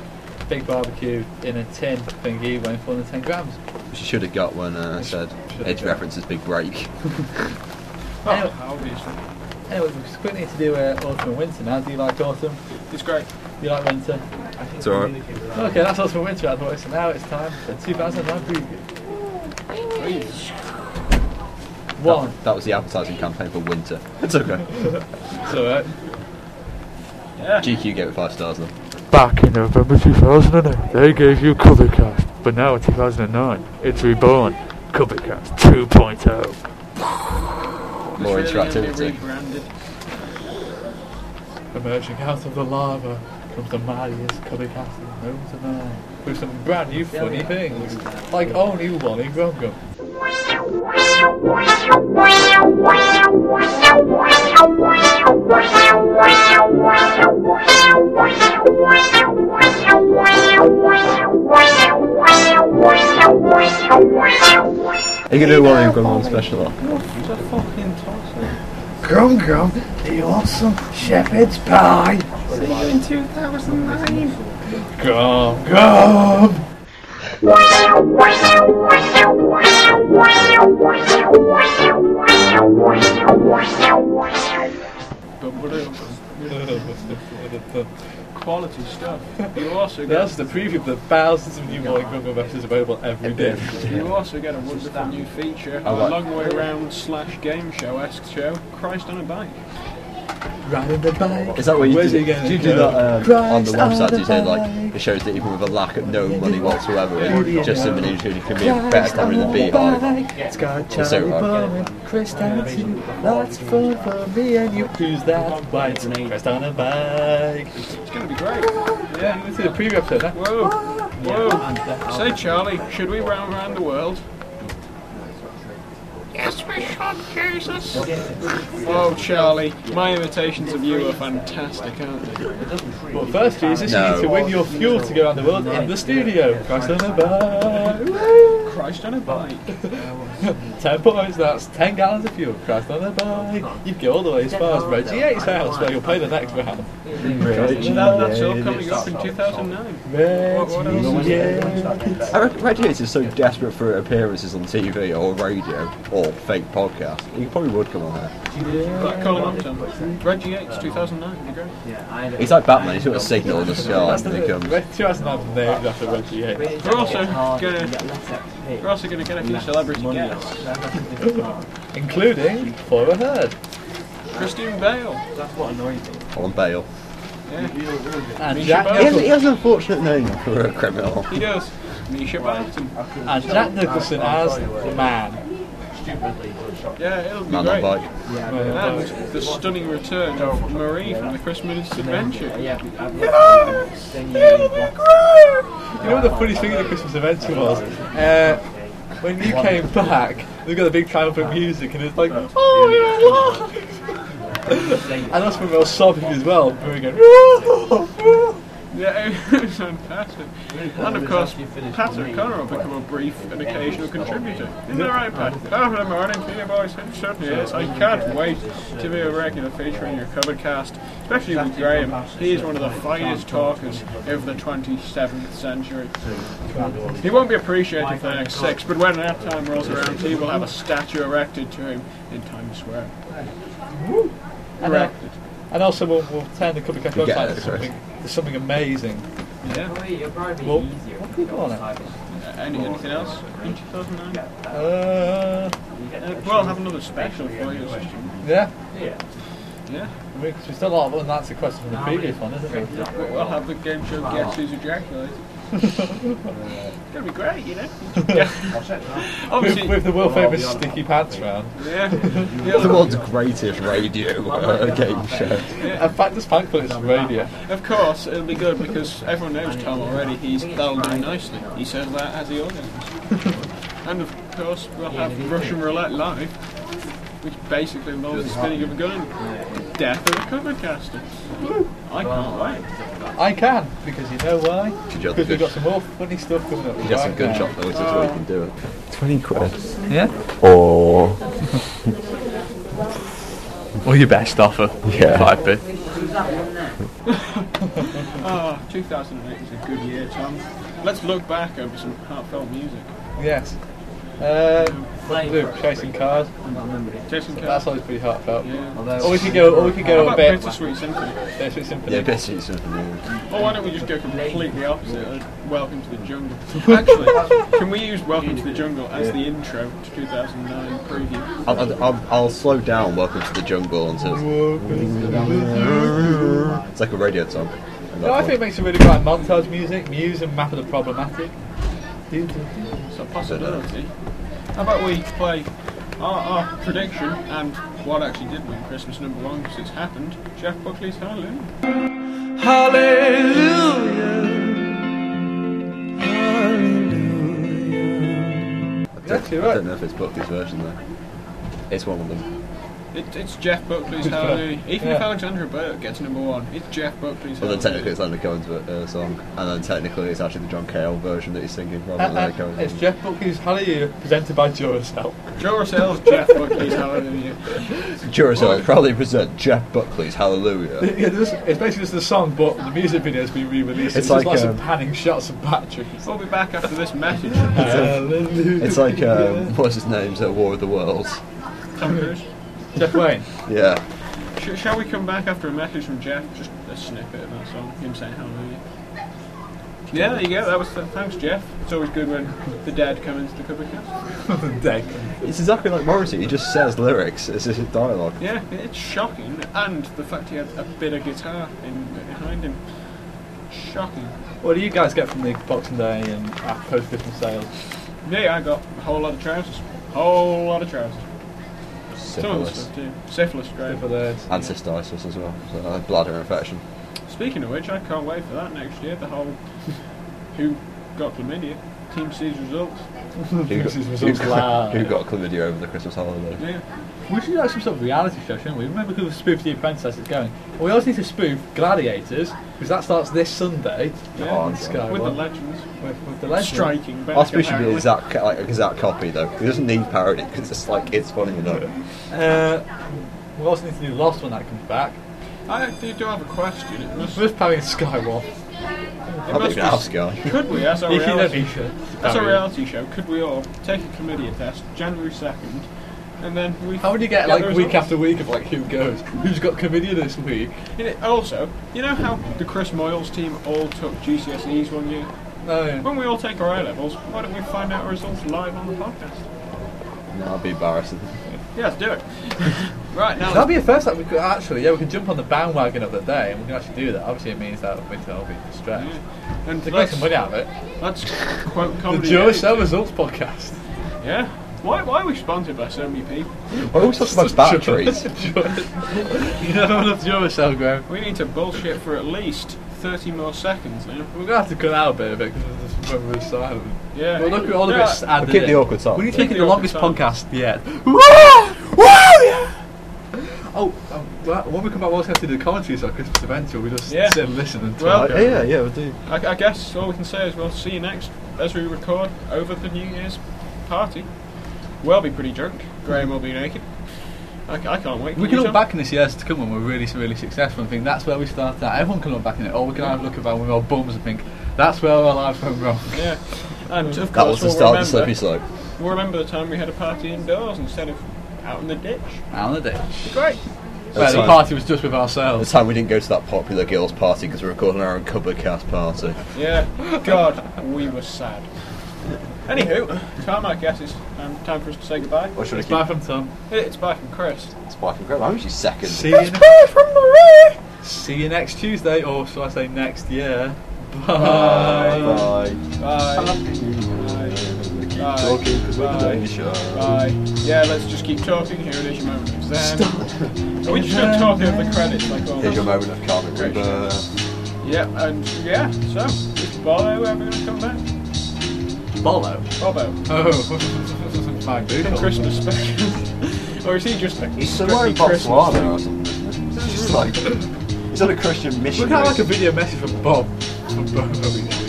[SPEAKER 1] big barbecue in a tin thingy weighing 410 grams.
[SPEAKER 3] She should have got one. uh, I said
[SPEAKER 1] should've
[SPEAKER 3] Edge
[SPEAKER 1] got-
[SPEAKER 3] references Big Break.
[SPEAKER 2] Oh, obviously.
[SPEAKER 1] Anyway, we quickly to do uh, autumn and winter now. Do you like autumn?
[SPEAKER 2] It's great.
[SPEAKER 1] Do you like winter?
[SPEAKER 3] It's alright.
[SPEAKER 1] Okay, that's autumn and winter, Advoice. So now it's time for 2009 preview. One.
[SPEAKER 3] That was the advertising campaign for winter. It's okay.
[SPEAKER 1] So, uh,
[SPEAKER 3] GQ gave it five stars though.
[SPEAKER 8] Back in November 2008, they gave you Cubicast, but now in 2009, it's reborn. Cubicast 2.0.
[SPEAKER 3] More
[SPEAKER 2] It's really gonna be
[SPEAKER 3] interactivity.
[SPEAKER 2] rebranded.
[SPEAKER 1] emerging out of the lava comes the mightiest Cubby Castle known to man Ah, with some brand new funny things, like all new one in Gromgum.
[SPEAKER 3] Are you gonna do one Gone on special off?
[SPEAKER 6] Come, come, do you want some shepherd's pie?
[SPEAKER 1] Grom,
[SPEAKER 2] But what
[SPEAKER 1] Grom.
[SPEAKER 2] quality stuff. You also get
[SPEAKER 1] That's the preview of the thousands of new Molly Grumble versions available every day.
[SPEAKER 2] You also get a wonderful new feature, a
[SPEAKER 3] right.
[SPEAKER 2] long way round slash game show esque show, Christ on a bike.
[SPEAKER 1] Riding the bike.
[SPEAKER 3] Is that what you
[SPEAKER 1] Where's
[SPEAKER 3] do?
[SPEAKER 1] it again?
[SPEAKER 3] Do you do that um, on the
[SPEAKER 1] Christ
[SPEAKER 3] website?
[SPEAKER 1] on
[SPEAKER 3] Do you say
[SPEAKER 1] the
[SPEAKER 3] like
[SPEAKER 1] bike.
[SPEAKER 3] it shows that even with a lack of no money whatsoever, it just an individual who can be a better
[SPEAKER 1] Christ
[SPEAKER 3] time in the
[SPEAKER 1] on
[SPEAKER 3] beat
[SPEAKER 1] bike. It's got Charlie
[SPEAKER 3] hard.
[SPEAKER 1] Bowman, Chris Dancy. That's fun for me and you. Who's that? Why it's Chris on a bike.
[SPEAKER 2] It's going to be great.
[SPEAKER 1] Yeah, this is a preview episode. Huh?
[SPEAKER 2] Whoa, whoa. Say, Charlie, should we round round the world? Yes, we should, Jesus. Oh, Charlie, my imitations of you are fantastic, aren't they?
[SPEAKER 1] But first, Jesus, you need to
[SPEAKER 3] No.
[SPEAKER 1] win your fuel to go around the world in the studio. Christ on a bike. Woo!
[SPEAKER 2] Christ on a bike.
[SPEAKER 1] 10 points, that's 10 gallons of fuel. Christ on a bike. You go all the way as far as Reggie 8's house where you'll play the next round.
[SPEAKER 2] So that, that's all coming up in 2009. What, what else?
[SPEAKER 3] I reckon Radio is so desperate for appearances on TV or radio or fake podcast. He probably would come on there.
[SPEAKER 2] Like Colin Upton. Reggie Yates, 2009. You're great.
[SPEAKER 3] He's like Batman. He's got a signal in the sky and he comes.
[SPEAKER 1] Re- 2009 named after Reggie 8.
[SPEAKER 2] We're also going to we're also going to get a few celebrity guests.
[SPEAKER 1] Including Flora Heard.
[SPEAKER 2] Christine Bale.
[SPEAKER 3] on bail.
[SPEAKER 2] Yeah,
[SPEAKER 1] And
[SPEAKER 2] Misha
[SPEAKER 1] Jack,
[SPEAKER 2] Barton.
[SPEAKER 3] He has, he
[SPEAKER 1] Nicholson,
[SPEAKER 3] has an unfortunate name (laughs) for a criminal.
[SPEAKER 2] he does. Misha Barton.
[SPEAKER 1] and Jack Nicholson as the man.
[SPEAKER 2] Yeah, it'll be
[SPEAKER 3] Man on
[SPEAKER 2] great.
[SPEAKER 3] bike.
[SPEAKER 2] And the stunning return of Marie from the Christmas Adventure. (laughs)
[SPEAKER 1] You know what the funniest thing of the Christmas adventure was? Uh, when you came back, they got a big triumphant music, and it's like, oh, you're alive! (laughs) and that's when we were sobbing as well. We were going,
[SPEAKER 2] Yeah, (laughs) it was fantastic. And of course, Pat O'Connor will become a brief and occasional contributor. Isn't that right, Pat? Oh, good morning, dear boys. It certainly is. I can't wait to be a regular feature in your covered cast, especially with Graham. He is one of the finest talkers of the 27th century. He won't be appreciated for the next six, but when that time rolls around, he will have a statue erected to him in Times Square.
[SPEAKER 1] And, uh, and also, we'll, we'll turn the Cubby Cat
[SPEAKER 3] Yeah,
[SPEAKER 1] website to
[SPEAKER 3] that's
[SPEAKER 1] something, to something amazing.
[SPEAKER 2] Yeah.
[SPEAKER 1] Well, what can we put on it?
[SPEAKER 2] Any, anything else in 2009?
[SPEAKER 1] Uh,
[SPEAKER 2] Uh, well, have another special for you. Christian.
[SPEAKER 1] yeah.
[SPEAKER 2] Yeah.
[SPEAKER 1] Because we still a lot of unanswered questions from the previous one, isn't it?
[SPEAKER 2] We'll have the game show Guess Who's Ejaculated. it's going to be great, you know? Yeah.
[SPEAKER 1] With,
[SPEAKER 2] (laughs) Obviously,
[SPEAKER 1] with the world famous sticky pants round.
[SPEAKER 2] yeah.
[SPEAKER 3] The
[SPEAKER 2] yeah.
[SPEAKER 3] world's greatest radio uh, game show.
[SPEAKER 1] In fact, this punk put it on radio.
[SPEAKER 2] Of course, it'll be good because everyone knows Tom already. He's That'll Do Nicely. He says that as the audience. and of course, we'll have Russian Roulette Live, which basically involves the spinning of a gun and death of a cover caster. I can't wait.
[SPEAKER 1] I can, because you know why?
[SPEAKER 3] Because
[SPEAKER 1] Because we've got some more funny stuff coming up.
[SPEAKER 3] He has some
[SPEAKER 1] right
[SPEAKER 3] good
[SPEAKER 1] now.
[SPEAKER 3] shot noises so he can do it.
[SPEAKER 7] 20 quid.
[SPEAKER 1] Yeah?
[SPEAKER 7] Or.
[SPEAKER 1] Or your best offer.
[SPEAKER 7] Yeah.
[SPEAKER 1] 5p.
[SPEAKER 2] Ah, 2008 is a good year, Tom. Let's look back over some heartfelt music.
[SPEAKER 1] Yes. Uh,
[SPEAKER 6] Playing
[SPEAKER 1] Luke,
[SPEAKER 6] for it.
[SPEAKER 1] chasing cars.
[SPEAKER 6] I'm not remembering it.
[SPEAKER 2] Jason
[SPEAKER 1] That's
[SPEAKER 2] Kelly.
[SPEAKER 1] always pretty heartfelt.
[SPEAKER 2] Yeah.
[SPEAKER 6] Although-
[SPEAKER 1] Or we could go. Or we could
[SPEAKER 2] How
[SPEAKER 1] go a
[SPEAKER 2] about
[SPEAKER 1] bit.
[SPEAKER 2] Bittersweet Symphony?
[SPEAKER 1] Bittersweet Symphony.
[SPEAKER 3] Yeah, best suits something else.
[SPEAKER 2] Or Oh, why don't we just go completely opposite? and Welcome to the Jungle. Actually, can we use Welcome to the Jungle as the intro to 2009 preview?
[SPEAKER 3] I'll, I'll, I'll, I'll slow down Welcome to the Jungle until it's, it's like a radio song.
[SPEAKER 1] No, I think it makes some really great montage music. Muse and Map of the Problematic.
[SPEAKER 2] It's a possibility. How about we play our, our prediction and what actually did win Christmas number one because it's happened? Jeff Buckley's Hallelujah.
[SPEAKER 1] Exactly
[SPEAKER 3] I
[SPEAKER 1] right.
[SPEAKER 3] don't know if it's Buckley's version though. It's one of them.
[SPEAKER 2] It, it's Jeff Buckley's Hallelujah. Even if
[SPEAKER 1] Yeah.
[SPEAKER 2] Alexandra Burke gets number one, it's Jeff Buckley's
[SPEAKER 3] Well, then technically
[SPEAKER 2] Hallelujah.
[SPEAKER 3] it's Leonard Cohen's ver- uh, song, and then technically it's actually the John Cale version that he's singing rather
[SPEAKER 1] Uh,
[SPEAKER 3] than Leonard
[SPEAKER 1] uh,
[SPEAKER 3] Cohen's.
[SPEAKER 1] it's
[SPEAKER 3] version.
[SPEAKER 1] Jeff Buckley's Hallelujah, presented by Joe (laughs) herself.
[SPEAKER 2] Joe Rossell's Jeff Buckley's Hallelujah.
[SPEAKER 3] Jurors will proudly present Jeff
[SPEAKER 1] (laughs)
[SPEAKER 3] Buckley's Hallelujah.
[SPEAKER 1] Yeah, this- it's basically just the song, but the music video has been re-released.
[SPEAKER 3] It's
[SPEAKER 1] It's, like
[SPEAKER 3] like,
[SPEAKER 1] lots
[SPEAKER 3] um,
[SPEAKER 1] of panning shots of
[SPEAKER 3] (laughs)
[SPEAKER 1] batteries.
[SPEAKER 2] We'll be back after this message.
[SPEAKER 1] Hallelujah.
[SPEAKER 3] um, It's like um, what's his name's at War of the Worlds.
[SPEAKER 2] Tom Cruise.
[SPEAKER 1] Jeff Wayne. (laughs)
[SPEAKER 3] Yeah,
[SPEAKER 2] Sh- shall we come back after a message from Jeff? Just a snippet of that song, him saying hallelujah. Yeah, there you go. That was uh, thanks, Jeff. It's always good when the dead come into the cupboard cast.
[SPEAKER 1] Dead.
[SPEAKER 3] it's exactly like Morrissey. He just says lyrics. It's just dialogue.
[SPEAKER 2] Yeah, it's shocking, and the fact he had a bit of guitar in behind him, shocking.
[SPEAKER 1] What do you guys get from the Boxing Day and uh, post-Christmas sales?
[SPEAKER 2] Yeah, I got a whole lot of trousers, whole lot of trousers. Some of the
[SPEAKER 3] Syphilis
[SPEAKER 2] stuff too. Syphilis, great.
[SPEAKER 1] For those.
[SPEAKER 3] and cystitis as well. So uh, bladder infection.
[SPEAKER 2] Speaking of which, I can't wait for that next year. The whole who got chlamydia, Team C's results.
[SPEAKER 3] Who got,
[SPEAKER 1] This is
[SPEAKER 3] who,
[SPEAKER 1] results
[SPEAKER 3] got,
[SPEAKER 1] live.
[SPEAKER 3] who got chlamydia over the Christmas holiday?
[SPEAKER 2] Yeah.
[SPEAKER 1] We should do like some sort of reality show, shouldn't we? Remember who spoofed the apprentice as it's going. We always need to spoof Gladiators, because that starts this Sunday.
[SPEAKER 2] Yeah,
[SPEAKER 3] Oh,
[SPEAKER 2] with
[SPEAKER 1] God.
[SPEAKER 2] the legends.
[SPEAKER 1] With, with the legend.
[SPEAKER 2] Striking.
[SPEAKER 3] I suppose should be an exact, co- like, exact copy though. It doesn't need parody because it's like it's funny enough.
[SPEAKER 1] Uh, we also need to do Lost when that comes back.
[SPEAKER 2] I actually do have a question. It must, it
[SPEAKER 1] First parry in Skywalk.
[SPEAKER 3] I don't
[SPEAKER 2] must
[SPEAKER 3] even
[SPEAKER 2] be,
[SPEAKER 3] ask, guy.
[SPEAKER 2] Could we, as a
[SPEAKER 1] If you uh, don't
[SPEAKER 2] reality,
[SPEAKER 1] need to.
[SPEAKER 2] (laughs) as a reality show, could we all take a chlamydia test January 2nd and then we.
[SPEAKER 1] How would you get
[SPEAKER 2] the
[SPEAKER 1] like week
[SPEAKER 2] results?
[SPEAKER 1] after week of like who goes? Who's got chlamydia this week?
[SPEAKER 2] You know, also, you know how the Chris Moyles team all took GCSEs one year?
[SPEAKER 1] Oh, yeah.
[SPEAKER 2] When we all take our A levels, why don't we find out our results live on the podcast?
[SPEAKER 3] That'd be embarrassing.
[SPEAKER 2] Yeah, let's do it. (laughs) right, now.
[SPEAKER 1] That'd be a first. Like, we could actually, yeah, we could jump on the bandwagon of the day, and we can actually do that. Obviously, it means that winter will be stretched.
[SPEAKER 2] yeah. And
[SPEAKER 1] To get
[SPEAKER 2] let's,
[SPEAKER 1] some money out of it,
[SPEAKER 2] let's quote
[SPEAKER 1] the
[SPEAKER 2] comedy.
[SPEAKER 1] Joe
[SPEAKER 2] Aid.
[SPEAKER 1] Show Results podcast.
[SPEAKER 2] Yeah. Why, why are we sponsored by so many people?
[SPEAKER 3] I always talk
[SPEAKER 1] (laughs)
[SPEAKER 3] about batteries.
[SPEAKER 1] you never have enough Joe Show, Graham.
[SPEAKER 2] We need to bullshit for at least 30 more seconds now.
[SPEAKER 1] We're gonna have to cut out a bit of it because just when we're silent.
[SPEAKER 2] Yeah.
[SPEAKER 1] Well, look at all of
[SPEAKER 2] Yeah.
[SPEAKER 1] this. added
[SPEAKER 3] We'll keep
[SPEAKER 1] in.
[SPEAKER 3] the awkward side.
[SPEAKER 1] When you
[SPEAKER 3] Keep
[SPEAKER 1] think
[SPEAKER 2] the
[SPEAKER 1] of the
[SPEAKER 2] awkward
[SPEAKER 1] longest
[SPEAKER 2] side.
[SPEAKER 1] podcast yet. Woo! Woo! Yeah! Oh, um, well, when we come back, we'll also have to do the commentaries on Christmas Adventure. We just
[SPEAKER 2] Yeah.
[SPEAKER 1] sit and listen and
[SPEAKER 2] Well-
[SPEAKER 1] talk.
[SPEAKER 3] Like, yeah, yeah, we do.
[SPEAKER 2] I, I guess all we can say is we'll see you next as we record over the New Year's party. We'll be pretty drunk. Graham will be naked. I, I can't wait.
[SPEAKER 1] we can
[SPEAKER 2] you,
[SPEAKER 1] look
[SPEAKER 2] Tom?
[SPEAKER 1] back in this year's to come when we're really, really successful and think that's where we started out. Everyone can look back in it, or we can have a look at when we were bums and think that's where our lives went wrong.
[SPEAKER 2] Yeah. And of
[SPEAKER 3] That was
[SPEAKER 2] course,
[SPEAKER 3] the
[SPEAKER 2] we'll
[SPEAKER 3] start of the
[SPEAKER 2] remember,
[SPEAKER 3] slippery slope.
[SPEAKER 2] we'll remember the time we had a party indoors instead of out in the ditch.
[SPEAKER 1] Out on the ditch.
[SPEAKER 2] Great.
[SPEAKER 1] Where the
[SPEAKER 3] fine.
[SPEAKER 1] party was just with
[SPEAKER 3] The
[SPEAKER 1] ourselves.
[SPEAKER 3] time we didn't go to that popular girls' party because we were recording our own cupboard cast party.
[SPEAKER 2] Yeah. God, we were sad. Anywho, time I guess is um, time for us to say goodbye.
[SPEAKER 3] Or should I
[SPEAKER 1] Bye from Tom.
[SPEAKER 2] It's bye from Chris.
[SPEAKER 3] keep spiking grab? I'm actually second.
[SPEAKER 1] See you,
[SPEAKER 3] Bye from Marie.
[SPEAKER 1] see you next Tuesday, or shall I say next year?
[SPEAKER 3] Bye.
[SPEAKER 2] Bye. Bye. Bye.
[SPEAKER 3] Talking because we're
[SPEAKER 2] Bye.
[SPEAKER 3] doing the show.
[SPEAKER 2] Bye. Yeah, let's just keep talking. Here it is, your moment of Zen. Are we just going to talk over the credits like all
[SPEAKER 3] Here's your moment of karmic rebirth.
[SPEAKER 2] Yep, and yeah, so, it's Bobo, everyone come back.
[SPEAKER 1] Bolo.
[SPEAKER 2] Bobo,
[SPEAKER 1] Oh, (laughs) my
[SPEAKER 2] from
[SPEAKER 1] boodle.
[SPEAKER 2] Christmas special. (laughs) or is he just a
[SPEAKER 3] He's somewhere
[SPEAKER 2] strictly
[SPEAKER 3] in
[SPEAKER 2] Christmas?
[SPEAKER 3] Botswana or something. isn't he? It's just like he's on a Christian
[SPEAKER 1] We're
[SPEAKER 3] mission.
[SPEAKER 1] kind of like a video message from Bob. From Bob. (laughs)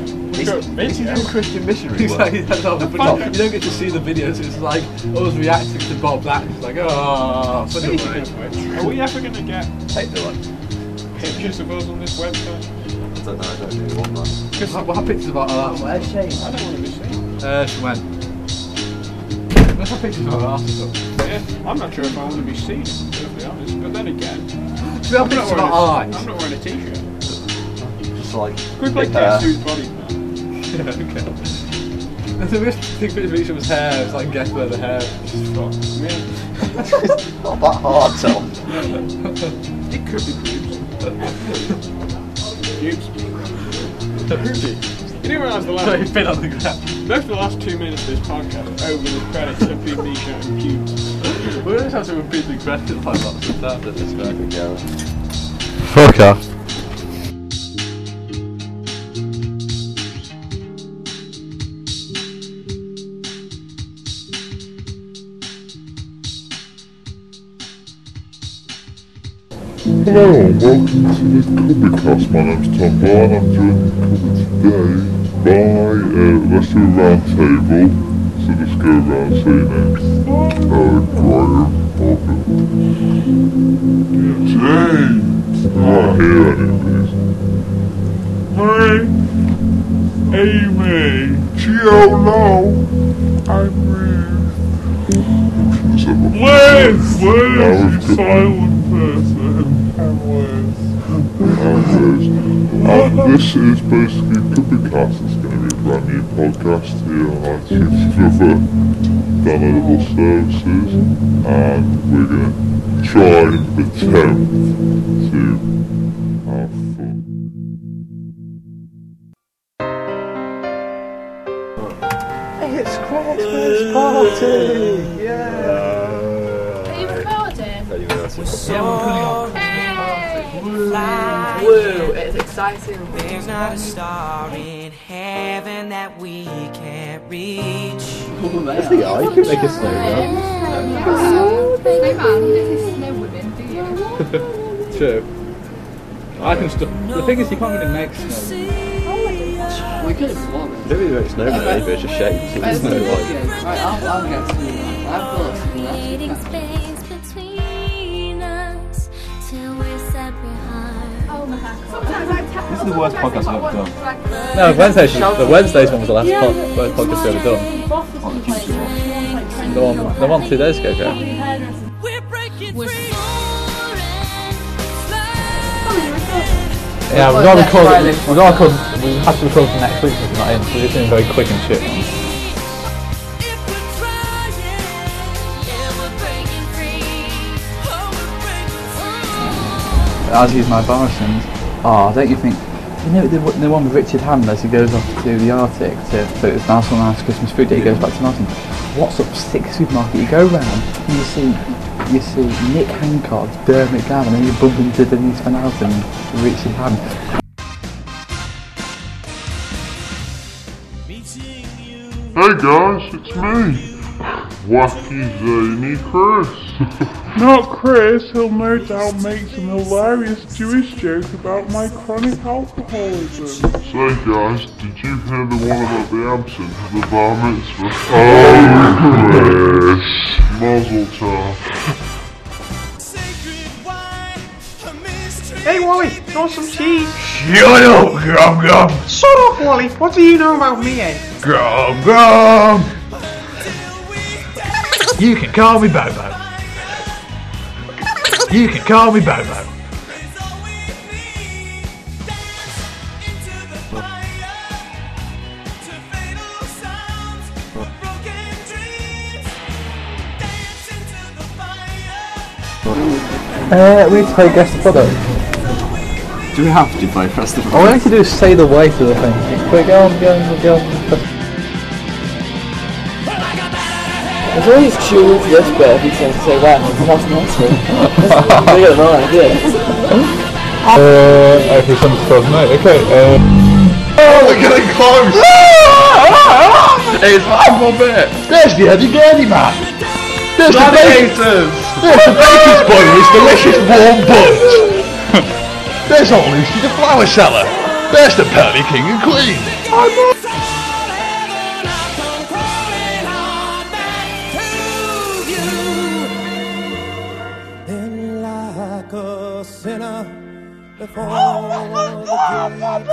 [SPEAKER 1] It's
[SPEAKER 3] he's, he's doing Christian missionary work.
[SPEAKER 1] like, that's all, but
[SPEAKER 3] Bob.
[SPEAKER 1] you don't get to see the videos. It's like us reacting to Bob's actions. Like, oh, such a
[SPEAKER 2] Speaking
[SPEAKER 1] waste.
[SPEAKER 2] of which, are we ever going to get
[SPEAKER 3] Take the one.
[SPEAKER 2] pictures of us on this website?
[SPEAKER 3] I don't know. I don't really want that.
[SPEAKER 1] What what pictures about all that?
[SPEAKER 6] Where's Shane?
[SPEAKER 2] I don't want to be seen.
[SPEAKER 6] Uh, she went.
[SPEAKER 1] Let's have pictures of our asses up.
[SPEAKER 2] Yeah, I'm not sure if I want to be seen, to be honest. But then again,
[SPEAKER 6] We have
[SPEAKER 2] I'm not
[SPEAKER 6] pictures of
[SPEAKER 2] wearing
[SPEAKER 6] our
[SPEAKER 2] a-
[SPEAKER 6] eyes.
[SPEAKER 2] I'm not wearing a t-shirt. Can
[SPEAKER 3] Just like.
[SPEAKER 2] we play
[SPEAKER 3] uh,
[SPEAKER 2] guess whose body? Yeah, okay.
[SPEAKER 1] (laughs) So we just take pictures of each other's hair. It's like guess where the hair.
[SPEAKER 2] Yeah,
[SPEAKER 3] it's not that hard, Tom.
[SPEAKER 2] it could (laughs) be boobs. boobs. You do realise the (laughs) last
[SPEAKER 1] So he's been on the ground.
[SPEAKER 2] most of the last two minutes of this podcast over the credits have been me shouting pubes. (laughs)
[SPEAKER 1] We always have to repeat the question like lots of times at this point.
[SPEAKER 3] Fuck off.
[SPEAKER 9] Hello, and welcome to the Cubicast. My name's Tom Byrne. I'm joined today by uh, let's do a round table. So let's go round table. Uh, Graham, Morgan, James. Right here, I didn't Me, Amy, Giolo, I'm Liz. Liz, you silent person. And this is basically Cubicast. It's going to be a brand new podcast here on iTunes and other downloadable services. And we're going to try and attempt to have fun.
[SPEAKER 10] Are you recording? Hey!
[SPEAKER 11] Woo, it's exciting.
[SPEAKER 12] There's not a star in heaven that we can't reach.
[SPEAKER 3] That's the eye. You could make a snow man.
[SPEAKER 1] True. I can still. The thing is, you can't really make snow.
[SPEAKER 6] We could have vlogged.
[SPEAKER 3] Don't really make snow man, but it's just shapes. It's no like.
[SPEAKER 6] Right, I'll, I'll get some. I've got some. That's okay.
[SPEAKER 10] Oh my god.
[SPEAKER 11] This is the worst podcast I've ever done.
[SPEAKER 1] No, Wednesday's the Wednesday's one was the last pod, worst podcast we've ever done. The one, the one two days ago, Graham.
[SPEAKER 12] We're breaking
[SPEAKER 11] We're
[SPEAKER 12] free.
[SPEAKER 1] Yeah,
[SPEAKER 11] Well,
[SPEAKER 1] we've got to
[SPEAKER 11] that's
[SPEAKER 1] record.
[SPEAKER 11] Friday.
[SPEAKER 1] We've got to record. We have to record for next week. It's not in. So it's in very quick and shit.
[SPEAKER 12] If we're trying, yeah, we're breaking free. Oh, we're breaking free.
[SPEAKER 7] As he's my barrisons, oh, don't you think? You know the, the one with Richard Hammond as he goes off to the Arctic to so it's nice and nice Christmas food day. He goes back to Nottingham. What's up? Sick supermarket. You go round, and you see you see Nick Hancock, Dermot Gavin, and then you bump into Denise Van Houten and Richard Hammond.
[SPEAKER 9] Hey guys, it's me, Wacky Zany Chris. (laughs) Not Chris, he'll no doubt make some hilarious Jewish joke about my chronic alcoholism. So guys, did you hear the one about the absinthe of the bar (laughs) mitzvah? Oh Chris, Mazel tov.
[SPEAKER 12] Sacred wine, a mystery.
[SPEAKER 2] Hey Wally, want some cheese?
[SPEAKER 9] Shut up, Gum Gum!
[SPEAKER 2] Shut up, Wally. What do you know about me, eh?
[SPEAKER 9] Gum Gum!
[SPEAKER 12] Till we
[SPEAKER 8] You can call me Bobo. You can call me Bobo.
[SPEAKER 12] It's all we need. Dance into the fire to fatal sounds, broken dreams. Dance into the fire.
[SPEAKER 7] Uh, we need to play guess the product.
[SPEAKER 3] Do we have to play Festival?
[SPEAKER 7] All we need to do is say the way to the thing. We're going, we're going, we're going. It's always choose this bit if you say, say wow, that's nice one. (laughs) That's a right idea.
[SPEAKER 8] Uh, okay, someone's called mate. Okay, uh,
[SPEAKER 3] We're getting close! it's one more bit! There's the Eddie Gurney man! There's the baker's! There's the (laughs) baker's boy with his delicious warm buns! There's old Lucy the flower seller! There's the pearly king and queen!
[SPEAKER 12] Before the gates of heaven, I'm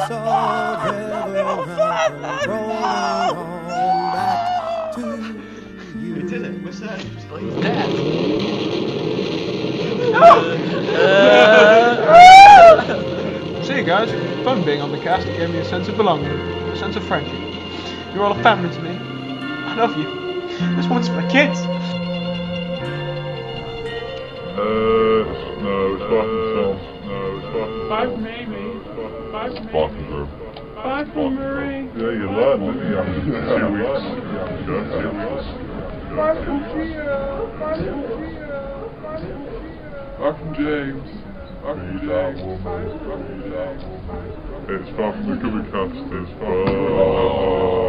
[SPEAKER 12] rolling on back.
[SPEAKER 13] We did it. We're saved. Like, he's dead.
[SPEAKER 2] (laughs) See you guys. It was fun being on the cast. It gave me a sense of belonging, a sense of friendship. You're all a family to me. I love you. (laughs) This one's for kids.
[SPEAKER 9] Uh, no, it's fucking film. No, it's fucking
[SPEAKER 2] Bye
[SPEAKER 9] film.
[SPEAKER 2] Maybe. Bye
[SPEAKER 9] It's fucking film.
[SPEAKER 2] Bye from Marie.
[SPEAKER 9] Yeah, you lied, didn't you? Two weeks. Yeah, two weeks.
[SPEAKER 2] Bye from Gia. Bye from Gia.
[SPEAKER 9] Fucking James. Fucking James. It's fucking the Cubby Cast. It's fucking.